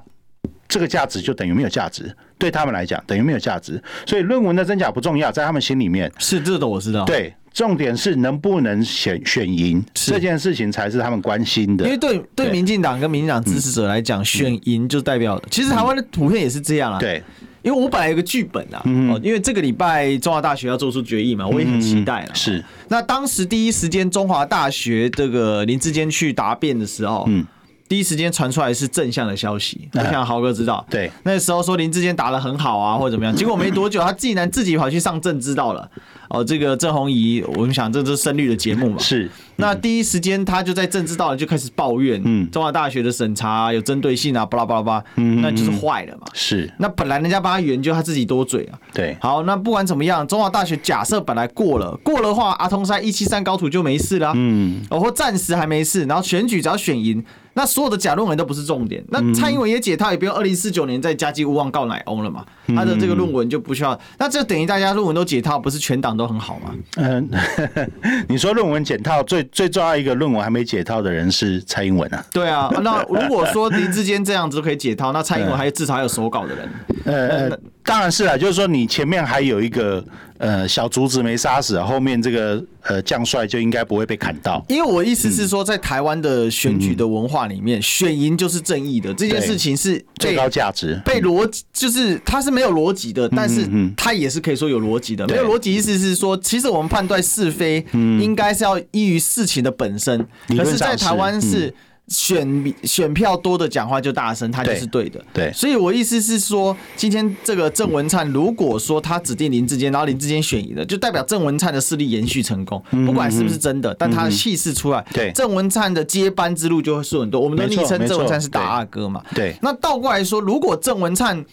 B: 这个价值就等于没有价值。对他们来讲，等于没有价值。所以论文的真假不重要，在他们心里面，
A: 是这个我知道，，
B: 对重点是能不能选选赢
A: 是
B: 这件事情才是他们关心的
A: 因。为对对嗯
B: 对
A: 民进党跟民进党支持者来讲，选赢就代表，其实台湾的普遍也是这样啊。
B: 对，
A: 因为我本来有个剧本啊，哦，因为这个礼拜中华大学要做出决议嘛，我也很期待了。
B: 嗯是
A: 那当时第一时间中华大学这个林志坚去答辩的时候，嗯哎
B: 嗯，
A: 第一时间传出来是正向的消息，我
B: 啊
A: 想豪哥知道，
B: 对
A: 那时候说林志坚打得很好啊， 或者怎么样，结果没多久他竟然自己跑去上政知道了，哦，这个郑红怡，我们想这就是深绿的节目嘛，
B: 是，
A: 那第一时间他就在政治道里就开始抱怨，嗯，
B: 嗯
A: 中华大学的审查啊有针对性啊，巴拉巴拉巴拉，嗯，那就是坏了嘛。
B: 是，
A: 那本来人家帮他援救，他自己多嘴啊。
B: 对
A: 好，那不管怎么样，中华大学假设本来过了，过了的话，阿通塞一七三高土就没事了、嗯，哦，或暂时还没事，然后选举只要选赢，那所有的假论文都不是重点。
B: 嗯
A: 那蔡英文也解套，也不用二零四九年再加计勿忘告乃翁了嘛，
B: 嗯
A: 他的这个论文就不需要。那这等于大家论文都解套，不是全党都很好吗？
B: 嗯， 你说论文检套最最重要一个论文还没解套的人是蔡英文啊？
A: 对啊， 那如果说林志坚这样子都可以解套，那蔡英文还至少还有手稿的人。
B: 呃，呃当然是啦、就是说你前面还有一个呃小竹子没杀死，啊后面这个呃将帅就应该不会被砍到。
A: 因为我意思是说，在台湾的选举的文化里面，选赢就是正义的这件事情是
B: 嗯最
A: 被
B: 高价值，
A: 被逻辑，就是它是没有逻辑的，但是它也是可以说有逻辑的。没
B: 嗯对嗯
A: 有逻辑意思是说，其实我们判断是非应该是要依于事情的本身，
B: 理
A: 可
B: 论
A: 是，在
B: 上是嗯
A: 台湾是选民选票多的讲话就大声，它就
B: 对
A: 是对的。
B: 对
A: 所以我意思是说，今天这个郑文灿如果说他指定林志坚，然后林志坚选赢了，就代表郑文灿的势力延续成功，
B: 嗯
A: 不管是不是真的，但他的气势出来，
B: 对
A: 郑文灿的接班之路就会顺很多。我们都
B: 没
A: 昵
B: 错
A: 称
B: 没
A: 郑文
B: 错
A: 灿是打
B: 对
A: 二哥嘛，
B: 对
A: 那倒过来说，如果郑文灿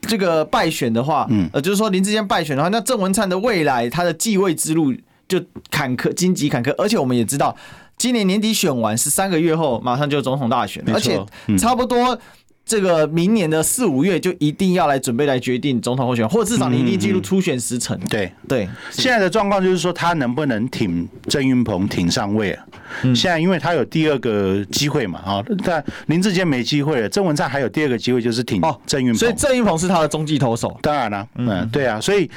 A: 这个败选的话，嗯，呃，就是说林志坚败选的话，那郑文灿的未来他的继位之路就坎坷、荆棘坎坷，而且我们也知道，今年年底选完十三个月后，马上就有总统大选了，
B: 没
A: 而
B: 错
A: 且差不多。这个明年的四五月就一定要来准备来决定总统候选人，或者至少你一定进入初选时程。
B: 对。
A: 对，
B: 现在的状况就是说，他能不能挺郑云鹏挺上位啊？现在因为他有第二个机会嘛，啊、但林志坚没机会了，郑文灿还有第二个机会就是挺
A: 哦
B: 郑云鹏、
A: 所以郑云鹏是他的中继投手。
B: 当然啦、嗯、对啊，所以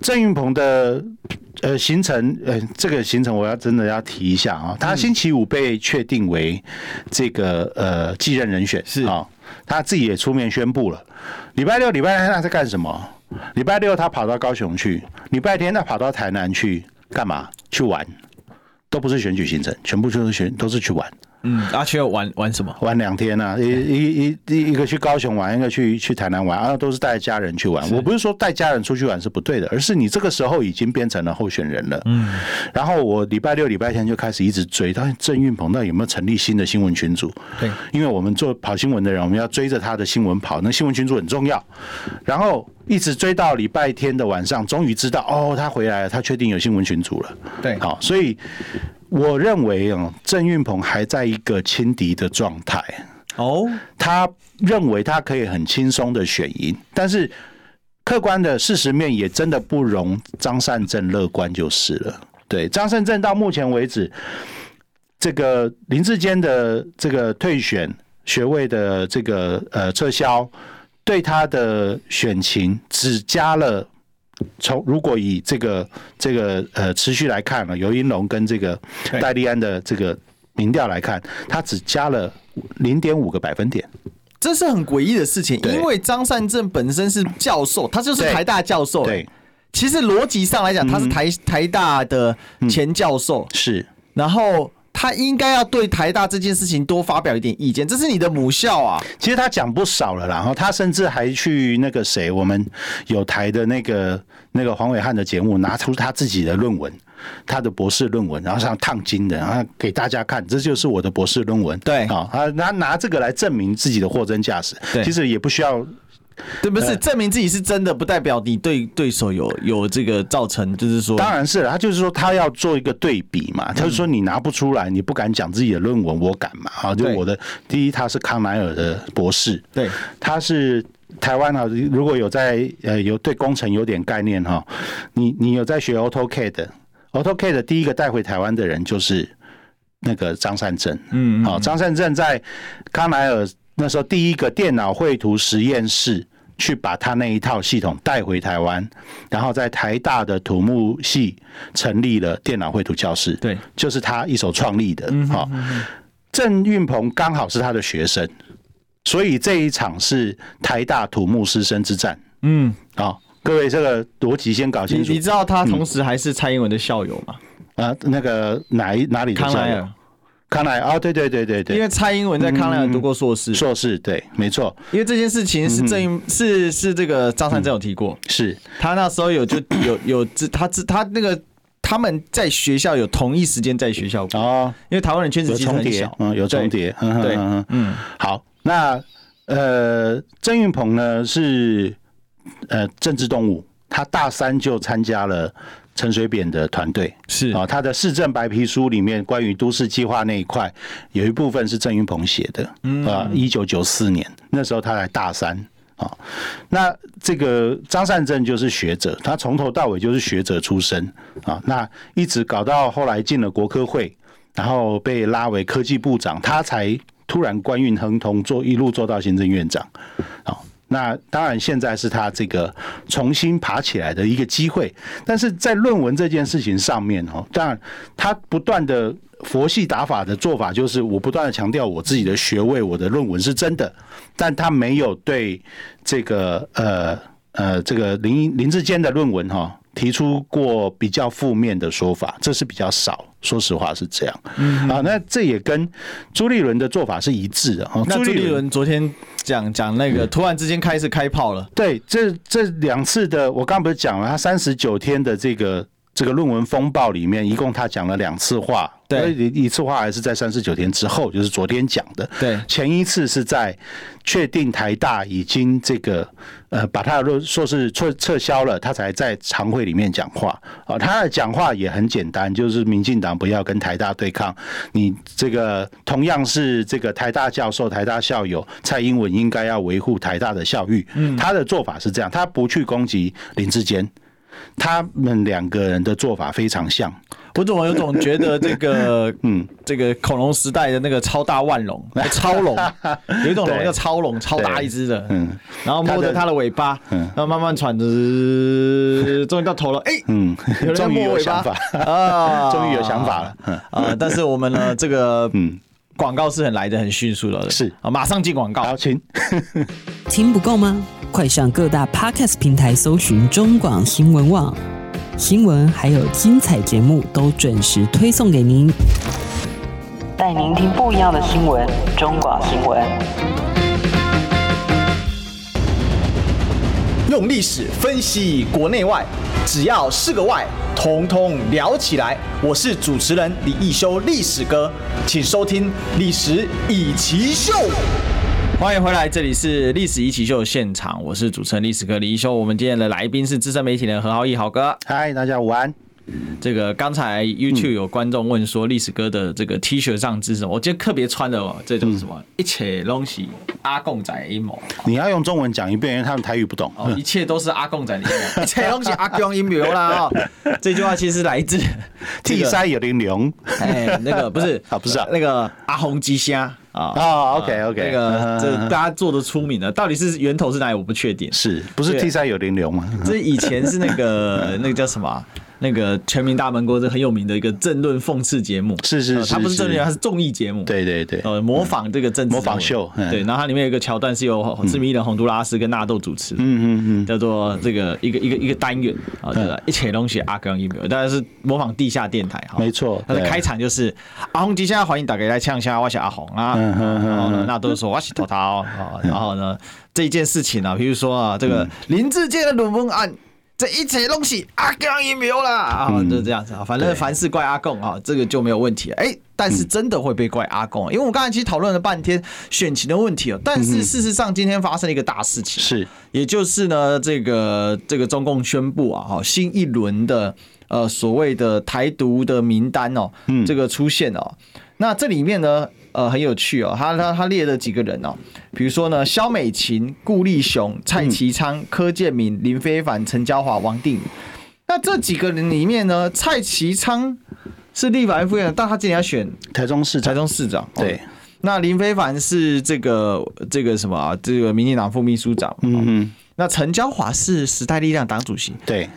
B: 郑云鹏的呃行程，呃，这个行程我要真的要提一下啊、他星期五被确定为这个呃继任人选
A: 是
B: 啊、他自己也出面宣布了。礼拜六、礼拜天他在干什么？礼拜六他跑到高雄去，礼拜天他跑到台南去干嘛？去玩，都不是选举行程，全部就是选都是去玩。
A: 嗯，阿缺玩玩什么？
B: 玩两天啊，一一一一一个去高雄玩，一个去去台南玩，然、后都是带家人去玩。我不是说带家人出去玩是不对的，而是你这个时候已经变成了候选人了。嗯，然后我礼拜六、礼拜天就开始一直追，到底郑运鹏到底有没有成立新的新闻群组？
A: 对，
B: 因为我们做跑新闻的人，我们要追着他的新闻跑，那新闻群组很重要。然后一直追到礼拜天的晚上，终于知道哦，他回来了，他确定有新闻群组了。
A: 对
B: 好，所以我认为啊，郑运鹏还在一个轻敌的状态，
A: 哦，
B: 他认为他可以很轻松的选赢，但是客观的事实面也真的不容张善政乐观就是了。对，张胜正到目前为止，这个林志坚的这个退选学位的这个呃撤销，对他的选情只加了。从如果以这个这个呃持续来看了，尤英龙跟这个
A: 对
B: 戴利安的这个民调来看，他只加了零点五个百分点。
A: 这是很诡异的事情，
B: 对
A: 因为张善政本身是教授，他就是
B: 对
A: 台大教授。
B: 对，，嗯
A: 其实逻辑上来讲，他是台、台大的前教授，
B: 是
A: 然后他应该要对台大这件事情多发表一点意见，这是你的母校啊。
B: 其实他讲不少了啦，然后他甚至还去那个谁，我们有台的那个那个黄伟汉的节目，拿出他自己的论文，他的博士论文，然后上烫金的，然后给大家看，这就是我的博士论文。
A: 对
B: 啊、他他拿这个来证明自己的货真价实。
A: 对
B: 其实也不需要
A: 对，不是证明自己是真的，不代表你对对手有有这个造成，就是说，
B: 当然是了，他就是说他要做一个对比
A: 嗯
B: 嘛，他就说你拿不出来，你不敢讲自己的论文，我敢嘛啊，就
A: 对
B: 我的第一，他是康奈尔的博士，
A: 对，
B: 他是台湾啊，如果有在呃有对工程有点概念哈、你你有在学 AutoCAD，AutoCAD 的第一个带回台湾的人就是那个张善政，嗯好、张善政在康奈尔那时候第一个电脑绘图实验室。去把他那一套系统带回台湾，然后在台大的土木系成立了电脑绘图教室，
A: 对，
B: 就是他一手创立的。好、郑运鹏刚好是他的学生，所以这一场是台大土木师生之战
A: 嗯，
B: 啊、各位这个逻辑先搞
A: 你
B: 清楚
A: 你知道
B: 嗯
A: 他同时还是蔡英文的校友嘛？
B: 啊、那个哪一哪里的
A: 康
B: 校
A: 奈
B: 友嗯
A: 尔，
B: 康奈尔啊，对对对对
A: 因
B: 对，
A: 为蔡英文在康奈尔读过硕士，
B: 硕士对，没错
A: 因为这件事情是郑英、
B: 嗯
A: 是是这个张善政有提过，
B: 是
A: 他那时候有就有有自他自他那个他们在学校有同一时间在学校过，
B: 哦，
A: 因为台湾人圈子
B: 有
A: 其实
B: 重
A: 很
B: 叠
A: 小，，
B: 嗯，有重
A: 对，
B: 叠，嗯哼
A: 对
B: 嗯哼
A: 嗯，
B: 好，那呃，郑运鹏呢是呃政治动物，他大三就参加了陈水扁的团队，
A: 是
B: 啊、他的市政白皮书里面关于都市计划那一块，有一部分是郑云鹏写的，啊、一九九四年那时候他才大三。啊、那这个张善政就是学者，他从头到尾就是学者出身啊、那一直搞到后来进了国科会，然后被拉为科技部长，他才突然官运亨通，做一路做到行政院长。好、那当然现在是他这个重新爬起来的一个机会，但是在论文这件事情上面哦，当然他不断的佛系打法的做法就是我不断的强调我自己的学位，我的论文是真的，但他没有对这个呃呃这个林林志坚的论文哈、哦。提出过比较负面的说法，这是比较少，说实话是这样。嗯，啊，那这也跟朱立伦的做法是一致的。哦
A: 那朱立伦昨天讲讲那
B: 嗯
A: 个，突然之间开始开炮了，
B: 对，这这两次的，我刚刚不是讲了，他三十九天的这个这个论文风暴里面，一共他讲了两次话，
A: 对
B: 而一一次话还是在三十九天之后，就是昨天讲的。
A: 对
B: 前一次是在确定台大已经这个呃把他的论硕士撤撤销了，他才在常会里面讲话啊、他的讲话也很简单，就是民进党不要跟台大对抗，你这个同样是这个台大教授、台大校友，蔡英文应该要维护台大的校誉。嗯，他的做法是这样，他不去攻击林志坚。他们两个人的做法非常像，
A: 我怎么有种觉得这 个嗯，这个恐龙时代的那个超大万龙、哎超龙，有一种龙
B: 对
A: 叫超龙，超大一只的，嗯
B: 嗯，
A: 然后摸着
B: 它的嗯
A: 它的尾巴，然后慢慢喘着，终于到头了，哎，
B: 嗯
A: 有人，在
B: 终于
A: 摸
B: 有
A: 尾巴
B: 想法，
A: 啊，
B: 终于有想法了，嗯，
A: 啊，但是我们呢，这个嗯
B: 嗯。
A: 广告是很来的很迅速的，
B: 是
A: 啊，马上进广告
B: 好，。请。
D: 听不够吗？快上各大 podcast 平台搜寻中广新闻网，新闻还有精彩节目都准时推送给您，
E: 带您听不一样的新闻。中广新闻，
F: 用历史分析国内外，只要是个“外”，统统聊起来。我是主持人李一修，历史哥，请收听《历史以奇秀》。
A: 欢迎回来，这里是历史一起秀的现场，我是主持人历史哥李一修。我们今天的来宾是资深媒体人何浩义，豪哥。
B: 嗨，大家午安。
A: 这个刚才 YouTube 有观众问说，历史哥的这个 T 恤上是什么？我今天特别穿的哦这种什
B: 嗯
A: 么，一切东西阿贡仔阴谋
B: 你要用中文讲一遍，因为他们台语不懂。
A: 哦，一切都是阿贡仔的阴 谋，一切东西阿贡阴谋啦 哦。这句话其实来 自
B: T
A: 三，
B: 三有零零
A: 哎，那 个不是
B: 啊不是啊
A: 那个阿红鸡虾啊。
B: 啊，OK OK，
A: 那 个呃这大家做的出名的，到底是源头是哪里？我不 确定。
B: 是不是
A: 对
B: T 三有零零吗？
A: 这以前是那 个那个叫什么啊、那个《全民大闷锅》这很有名的一个政论讽刺节目，
B: 是是
A: 呃
B: 是
A: 它不是
B: 是
A: 政论，它是综艺节目，，
B: 对对对，
A: 呃，模仿这个政治
B: 模仿
A: 人物
B: 秀嗯
A: 对，然后它里面有一个桥段是由知名艺人洪都拉斯跟纳豆主持，
B: 嗯嗯嗯，嗯
A: 叫做这个一个一个一个单元啊，叫做一切东西阿刚一秒，当然是模仿地下电台哈，
B: 没错
A: 它的
B: 对
A: 开场就是阿红，接下来欢迎打开来呛一下，我是阿红啊，
B: 嗯哼哼
A: 然后呢，那都是说我是头头 啊，然后呢这一件事情啊，比如说啊，这
B: 嗯
A: 个林志坚的论文案。这一切东西阿刚一秒啦啊，就这样子啊，反正
B: 嗯对嗯
A: 凡事怪阿贡啊，这个就没有问题。哎，但是真的会被怪阿啊贡，因为我们刚才其实讨论了半天选情的问题哦，但
B: 嗯
A: 是事实上今天发生了一个大事情，啊
B: 是
A: 也就是呢，这个这个中共宣布啊，哈，新一轮的呃所谓的台独的名单哦，
B: 嗯
A: 这个出现哦，那这里面呢，呃，很有趣哦，他他他列了几个人哦，比如说呢，肖美琴、顾立雄、
B: 嗯
A: 蔡其昌、柯建铭、林非凡、陈椒华、王定宇。那这几个人里面呢，蔡其昌是立法院副院长，但他今年要选
B: 台中市
A: 台
B: 长，
A: 中市长。哦
B: 对，
A: 那林非凡是这个这个什么啊？这个民进党副秘书长。嗯
B: 嗯，
A: 那陈椒华是时代力量党主席。
B: 对，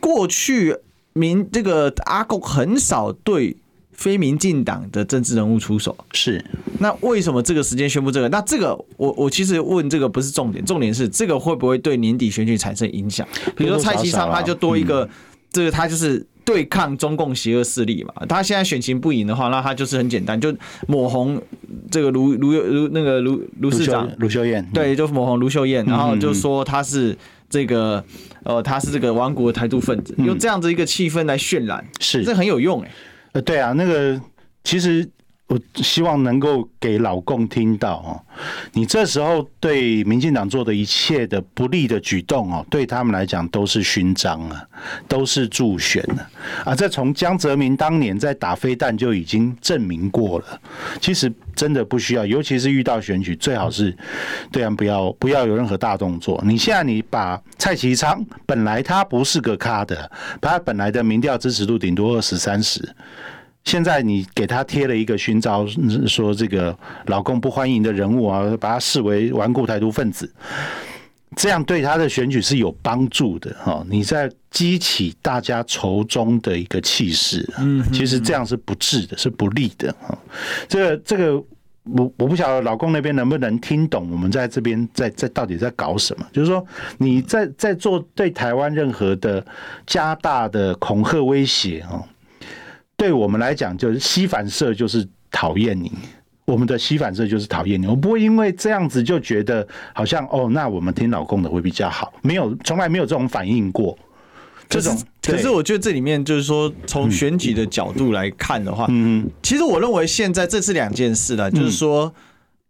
A: 过去民这个阿贡很少对非民进党的政治人物出手，
B: 是
A: 那为什么这个时间宣布这个？那这个我我其实问这个不是重点，重点是这个会不会对年底选举产生影响？比如说蔡其昌，他就多一个，嗯这个他就是。对抗中共邪恶势力嘛，他现在选情不赢的话，那他就是很简单，就抹红这个卢卢卢那个卢卢
B: 卢
A: 市
B: 秀
A: 长，
B: 卢秀燕，
A: 对，就抹红卢秀
B: 嗯
A: 燕，然后就说她是这个呃，她是这个亡国的台独分子，用这样子一个气氛来渲染，
B: 嗯是
A: 这很有用哎、
B: 呃，对啊，那个其实我希望能够给老共听到哦，你这时候对民进党做的一切的不利的举动哦，对他们来讲都是勋章啊，都是助选啊。啊，这从江泽民当年在打飞弹就已经证明过了。其实真的不需要，尤其是遇到选举，最好是对啊岸不要不要有任何大动作。你现在你把蔡其昌本来他不是个咖的，他本来的民调支持度顶多二十三十。现在你给他贴了一个勋章，嗯说这个老共不欢迎的人物啊，把他视为顽固台独分子，这样对他的选举是有帮助的哈、哦。你在激起大家仇中的一个气势、啊，其实这样是不智的，是不利的哈、哦。这个这个，我我不晓得老共那边能不能听懂我们在这边在在到底在搞什么，就是说你在在做对台湾任何的加大的恐吓威胁哦。对我们来讲，就是西反射就是讨厌你。我们的西反射就是讨厌你，我不会因为这样子就觉得好像哦，那我们听老公的会比较好，没有，从来没有这种反应过。这种，
A: 可是
B: 对，
A: 我觉得这里面就是说，从选举的角度来看的话，
B: 嗯，
A: 其实我认为现在这是两件事了，就是说。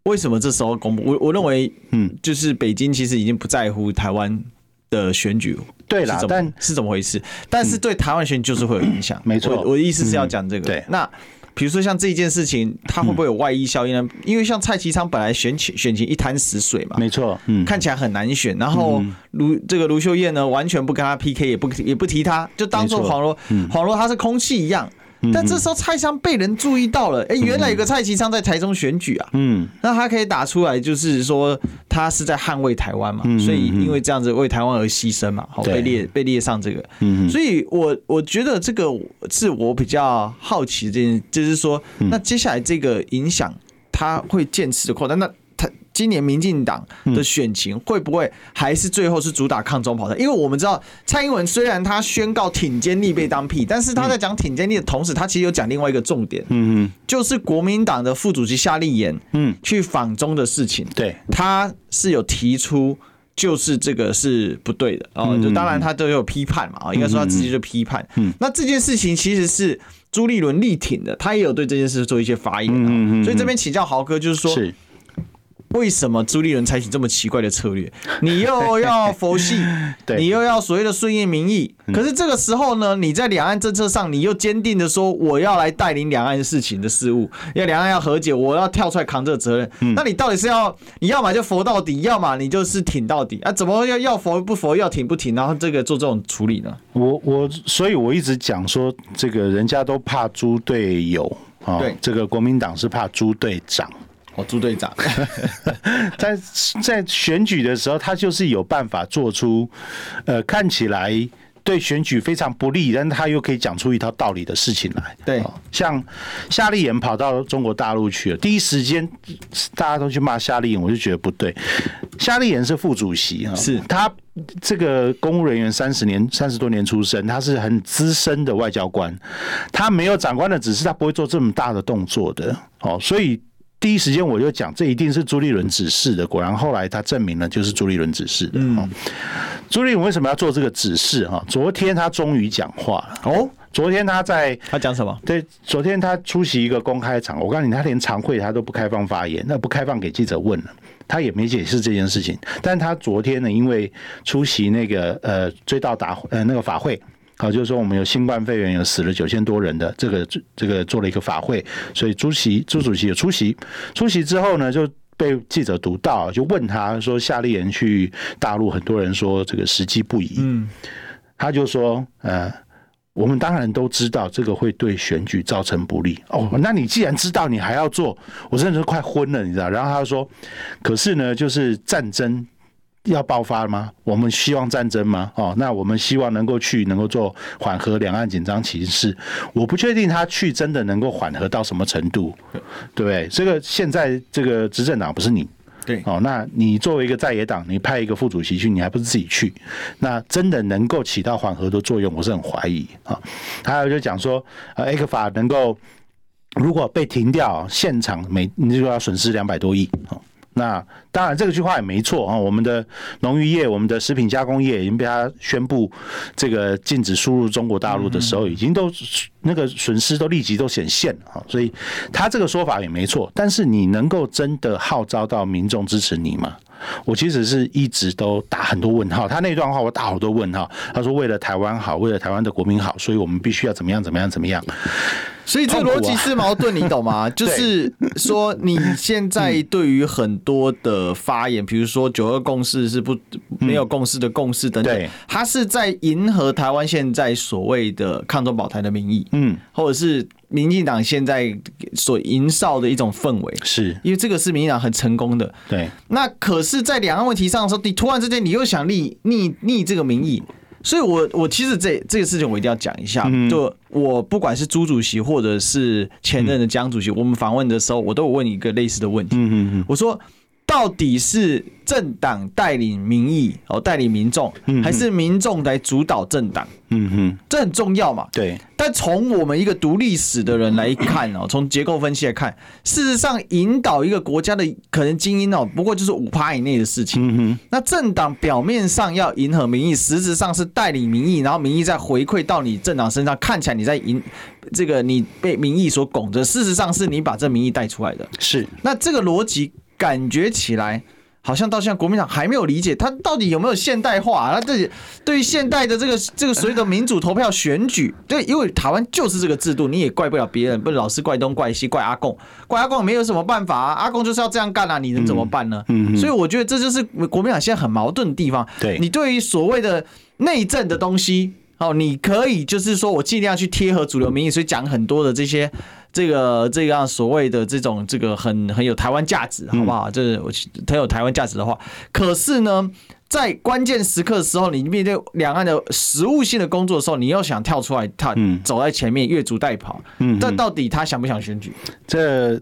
A: 为什么这时候公布？我我认为，
B: 嗯，
A: 就是北京其实已经不在乎台湾的选举
B: 对
A: 是
B: 啦
A: 怎，么
B: 但嗯
A: 是怎么回事？但是对台湾选举就是会有影响，
B: 没错
A: 我我的意思是要讲这个。
B: 嗯对
A: 那比如说像这一件事情，它会不会有外溢效应呢？因为像蔡其昌本来选情选情一滩死水嘛，
B: 嗯没错，嗯，
A: 看起来很难选。然后卢、这个卢秀燕呢，完全不跟他 PK，也不也不提他，就当做
B: 没错嗯
A: 黄罗、黄罗他是空气一样。但这时候蔡其昌被人注意到了，哎、原来有个蔡其昌在台中选举啊，
B: 嗯，
A: 那他可以打出来，就是说他是在捍卫台湾嘛，所以因为这样子为台湾而牺牲嘛，好
B: 对
A: 被列被列上这个，
B: 嗯
A: 所以我我觉得这个是我比较好奇的这件，就是说，那接下来这个影响它会渐次的扩大，那它今年民进党的选情会不会还是最后是主打抗中保台？因为我们知道蔡英文虽然他宣告挺坚力被当屁，但是他在讲挺坚力的同时，他其实有讲另外一个重点，
B: 嗯嗯
A: 就是国民党的副主席夏立言，
B: 嗯，
A: 去访中的事情，
B: 对，
A: 他是有提出，就是这个是不对的哦。就当然他都有批判嘛，啊，应该说他自己就批判。嗯，那这件事情其实是朱立哦嗯伦力挺的，他也有对这件事做一些发言啊。所以这边请教豪哥，就是说
B: 是，，
A: 为什么朱立伦采取这么奇怪的策略？ 你又要佛系
B: 对
A: 你又要所谓的顺应民意，可是这个时候呢，你在两岸政策上，你又坚定的说我要来带领两岸事情的事务，要两岸要和解，我要跳出来扛这个责任。那你到底是要你要么就佛到底，要么你就是挺到底啊？怎么要要佛不佛，要挺不挺，然后这个做这种处理呢？
B: 我我，所以我一直讲说，这个人家都怕猪队友啊，
A: 对
B: 这个国民党是怕猪队长。
A: 我哦朱队长，
B: 在在选举的时候，他就是有办法做出，呃，看起来对选举非常不利，但他又可以讲出一套道理的事情来。
A: 对
B: 哦像夏立言跑到中国大陆去了，第一时间大家都去骂夏立言，我就觉得不对。夏立言是副主席啊，
A: 是
B: 他这个公务人员三十年三十多年出身，他是很资深的外交官，他没有长官的指示，他不会做这么大的动作的。哦，所以第一时间我就讲，这一定是朱立伦指示的。果然后来他证明了，就是朱立伦指示的。嗯，朱立伦为什么要做这个指示？哈，昨天他终于讲话了。
A: 哦，
B: 昨天他在
A: 他讲什么？
B: 对，昨天他出席一个公开场，我告诉你，他连常会他都不开放发言，那不开放给记者问了，他也没解释这件事情。但他昨天呢，因为出席那个呃追悼大会呃那个法会。好，就是说我们有新冠肺炎有死了九千多人的这个这个做了一个法会，所以朱席朱主席有出席，出席之后呢，就被记者读到，就问他说夏立言去大陆，很多人说这个时机不宜，嗯，他就说呃我们当然都知道这个会对选举造成不利哦。那你既然知道，你还要做，我真的是快昏了，你知道？然后他说，可是呢，就是战争要爆发吗？我们希望战争吗？哦，那我们希望能够去能够做缓和两岸紧张情势。我不确定他去真的能够缓和到什么程度，对不对？这个现在这个执政党不是你，
A: 对
B: 哦，那你作为一个在野党，你派一个副主席去，你还不是自己去？那真的能够起到缓和的作用，我是很怀疑啊。还有就讲说，呃，A 克法能够如果被停掉，现场每你就要损失两百多亿啊。哦那当然，这个句话也没错啊。我们的农渔业、我们的食品加工业已经被他宣布这个禁止输入中国大陆的时候，已经都那个损失都立即都显现了啊。所以他这个说法也没错，但是你能够真的号召到民众支持你吗？我其实是一直都打很多问号。他那段话我打好多问号。他说为了台湾好，为了台湾的国民好，所以我们必须要怎么样怎么样怎么样。
A: 所以这逻辑是矛盾，你懂吗？就是说，你现在对于很多的发言，比如说九二共识是不没有共识的共识等等
B: 对，
A: 它是在迎合台湾现在所谓的抗中保台的民意，
B: 嗯，
A: 或者是民进党现在所营造的一种氛围，
B: 是
A: 因为这个是民进党很成功的。
B: 对。
A: 那可是，在两岸问题上的时候，你突然之间你又想立逆逆这个民意，所以我我其实这这个事情我一定要讲一下。就我不管是朱主席或者是前任的江主席，我们访问的时候，我都有问一个类似的问题。
B: 嗯嗯
A: 我说到底是政党带领民意哦，带领民众，还是民众来主导政党？
B: 嗯嗯，
A: 这很重要嘛。
B: 对。
A: 但从我们一个读历史的人来看哦，从结构分析来看，事实上引导一个国家的可能精英哦，不过就是五趴以内的事情。
B: 嗯
A: 那政党表面上要迎合民意，实质上是带领民意，然后民意再回馈到你政党身上，看起来你在赢这个你被民意所拱着，事实上是你把这民意带出来的。
B: 哼，是
A: 那这个逻辑感觉起来，好像到现在国民党还没有理解他到底有没有现代化、啊。那这对于现代的这个这个所谓的民主投票选举，对，因为台湾就是这个制度，你也怪不了别人，不老是怪东怪西怪阿贡，怪阿贡没有什么办法啊，阿贡就是要这样干啊，你能怎么办呢？
B: 嗯嗯嗯
A: 所以我觉得这就是国民党现在很矛盾的地方。
B: 对
A: 你对于所谓的内政的东西。哦，你可以就是说我尽量去贴合主流民意，所以讲很多的这些这个这样所谓的这种这个很很有台湾价值，好不好？这、是我很有台湾价值的话，可是呢，在关键时刻的时候，你面对两岸的实务性的工作的时候，你又想跳出来，他
B: 嗯
A: 走在前面，越俎代庖。
B: 嗯
A: 但到底他想不想选举？
B: 这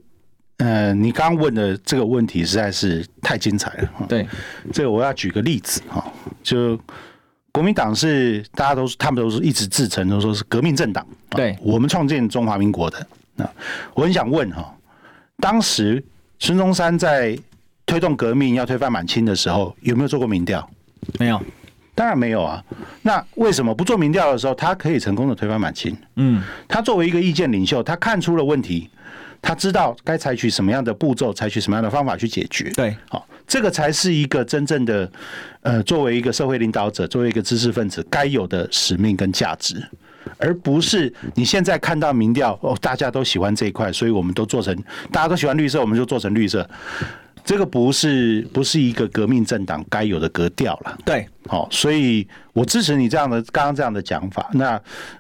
B: 呃，你刚问的这个问题实在是太精彩了。哈
A: 对，
B: 这个我要举个例子哈、就国民党是大家都是他们都是一直自称都说是革命政党，啊
A: 对
B: 我们创建中华民国的。啊，我很想问哈、当时孙中山在推动革命要推翻满清的时候，有没有做过民调？
A: 没有，
B: 当然没有啊。那为什么不做民调的时候，他可以成功的推翻满清？
A: 嗯，
B: 他作为一个意见领袖，他看出了问题，他知道该采取什么样的步骤，采取什么样的方法去解决。
A: 对
B: 好、这个才是一个真正的，呃，作为一个社会领导者，作为一个知识分子该有的使命跟价值，而不是你现在看到民调哦，大家都喜欢这一块，所以我们都做成，大家都喜欢绿色，我们就做成绿色。这个不是不是一个革命政党该有的格调了。
A: 对，
B: 好、所以我支持你这样的刚刚这样的讲法。那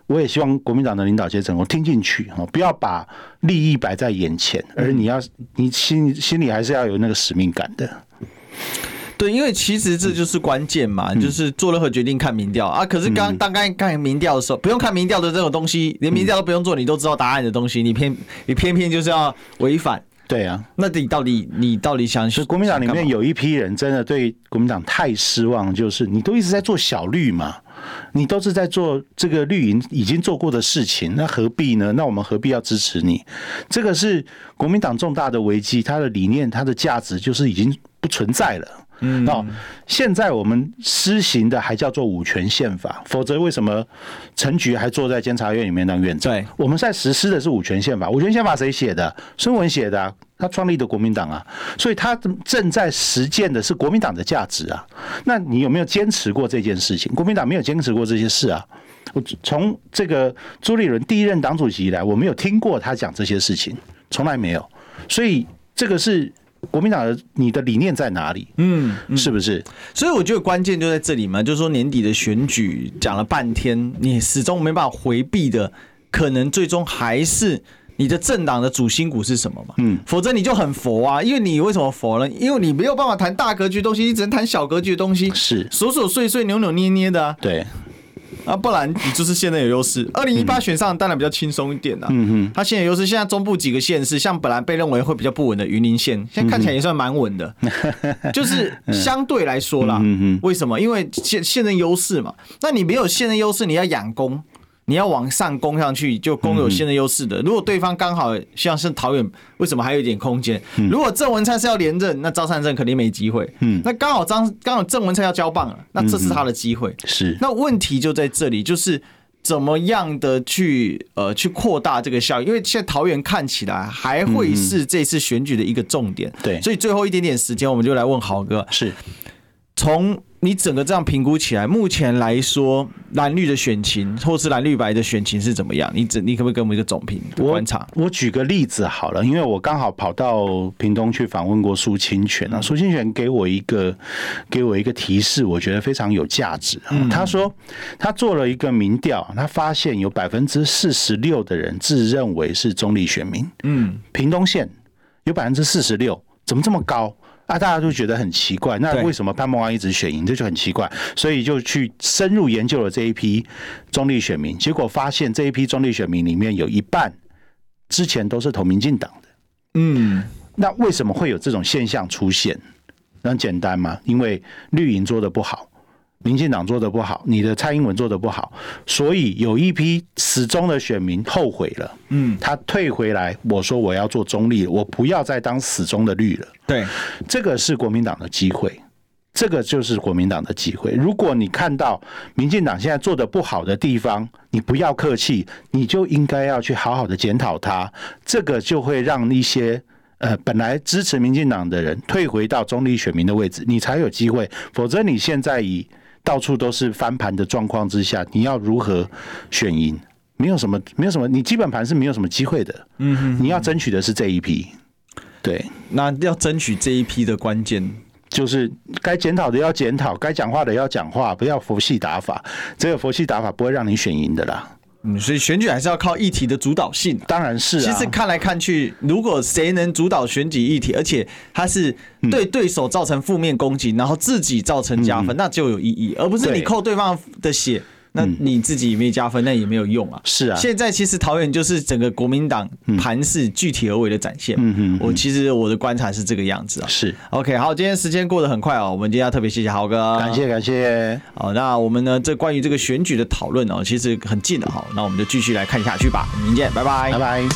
B: 我也希望国民党的领导阶层，我听进去哦，不要把利益摆在眼前，而你要你心心里还是要有那个使命感的。
A: 对，因为其实
B: 嗯
A: 这就是关键嘛，就是做任何决定看民调啊。可是
B: 嗯
A: 刚当刚看民调的时候，不用看民调的这种东西，连民调都不用做，你都知道答案的东西，你偏你偏偏就是要违反。
B: 对啊，
A: 那你到底你到底想
B: 所以国民党里面
A: 有
B: 有一批人真的对国民党太失望，就是你都一直在做小绿嘛，你都是在做这个绿营已经做过的事情，那何必呢？那我们何必要支持你？这个是国民党重大的危机，它的理念、它的价值就是已经不存在了。嗯，哦，现在我们施行的还叫做五权宪法，否则为什么陈局还坐在监察院里面当院长？
A: 对
B: 我们在实施的是五权宪法，五权宪法谁写的？孙文写的、啊，他创立的国民党啊，所以他正在实践的是国民党的价值啊。那你有没有坚持过这件事情？国民党没有坚持过这些事啊。我从这个朱立伦第一任党主席以来，我没有听过他讲这些事情，从来没有。所以这个是国民党的你的理念在哪里？嗯，是不是？
A: 所以我觉得关键就在这里嘛，就是说年底的选举讲了半天，你始终没办法回避的，可能最终还是你的政党的主心骨是什么嘛？嗯，否则你就很佛啊，因为你为什么佛呢？因为你没有办法谈大格局的东西，你只能谈小格局的东西，
B: 是
A: 琐琐碎碎、扭扭捏捏的啊，
B: 对，
A: 啊，不然你就是现在有优势。二零一八选上当然比较轻松一点啦、嗯嗯，他现在有优势，现在中部几个县市，像本来被认为会比较不稳的云林县，现在看起来也算蛮稳 的，就是相对来说啦。为什么？因为现现任优势嘛。那你没有现任优势，你要养攻，你要往上攻上去，就攻有现任优势的。如果对方刚好像是桃园，为什么还有一点空间？如果郑文灿是要连任，那赵善政肯定没机会。嗯，那刚好张刚好郑文灿要交棒了，那这是他的机会。
B: 是。
A: 那问题就在这里，就是怎么样的去呃去扩大这个效益，因为现在桃园看起来还会是这次选举的一个重点。
B: 对
A: 所以最后一点点时间，我们就来问豪哥，
B: 是
A: 从你整个这样评估起来，目前来说蓝绿的选情，或是蓝绿白的选情是怎么样？你只你可不可以给我们一个总评观察？
B: 我举个例子好了，因为我刚好跑到屏东去访问过苏清泉
A: 嗯
B: 啊，苏清泉给我一个给我一个提示，我觉得非常有价值、啊。
A: 嗯
B: 他说他做了一个民调，他发现有百分之四十六的人自认为是中立选民，
A: 嗯，
B: 屏东县有百分之四十六，怎么这么高？啊，大家就觉得很奇怪，那
A: 对
B: 为什么潘孟安一直选赢？这就很奇怪，所以就去深入研究了这一批中立选民，结果发现这一批中立选民里面有一半之前都是投民进党的。
A: 嗯，
B: 那为什么会有这种现象出现？很简单嘛，因为绿营做的不好，民进党做的不好，你的蔡英文做的不好，所以有一批死忠的选民后悔了，嗯，他退回来，我说我要做中立，我不要再当死忠的绿了。
A: 对，
B: 这个是国民党的机会，这个就是国民党的机会。如果你看到民进党现在做的不好的地方，你不要客气，你就应该要去好好的检讨它，这个就会让一些。呃，本来支持民进党的人退回到中立选民的位置，你才有机会。否则，你现在以到处都是翻盘的状况之下，你要如何选赢？没有什么，没有什么，你基本盘是没有什么机会的。嗯哼，你要争取的是这一批。对，
A: 那要争取这一批的关键，
B: 就是该检讨的要检讨，该讲话的要讲话，不要佛系打法。这个佛系打法不会让你选赢的啦，
A: 嗯，所以选举还是要靠议题的主导性、啊。
B: 当然是啊。
A: 其实看来看去，如果谁能主导选举议题，而且他是
B: 嗯
A: 对对手造成负面攻击，然后自己造成加分，那就有意义，而不是你
B: 嗯对嗯
A: 扣对方的血，那你自己没加分，那也没有用啊。
B: 是啊嗯
A: 现在其实桃园就是整个国民党盘势具体而为的展现。嗯嗯，我其实我的观察是这个样子啊。
B: 是，
A: OK，好，今天时间过得很快哦，我们今天要特别谢谢豪哥，
B: 感谢感谢。
A: 好，那我们呢，这关于这个选举的讨论哦，其实哎很近的哈，那我们就继续来看下去吧。明天见，拜拜
B: 拜拜。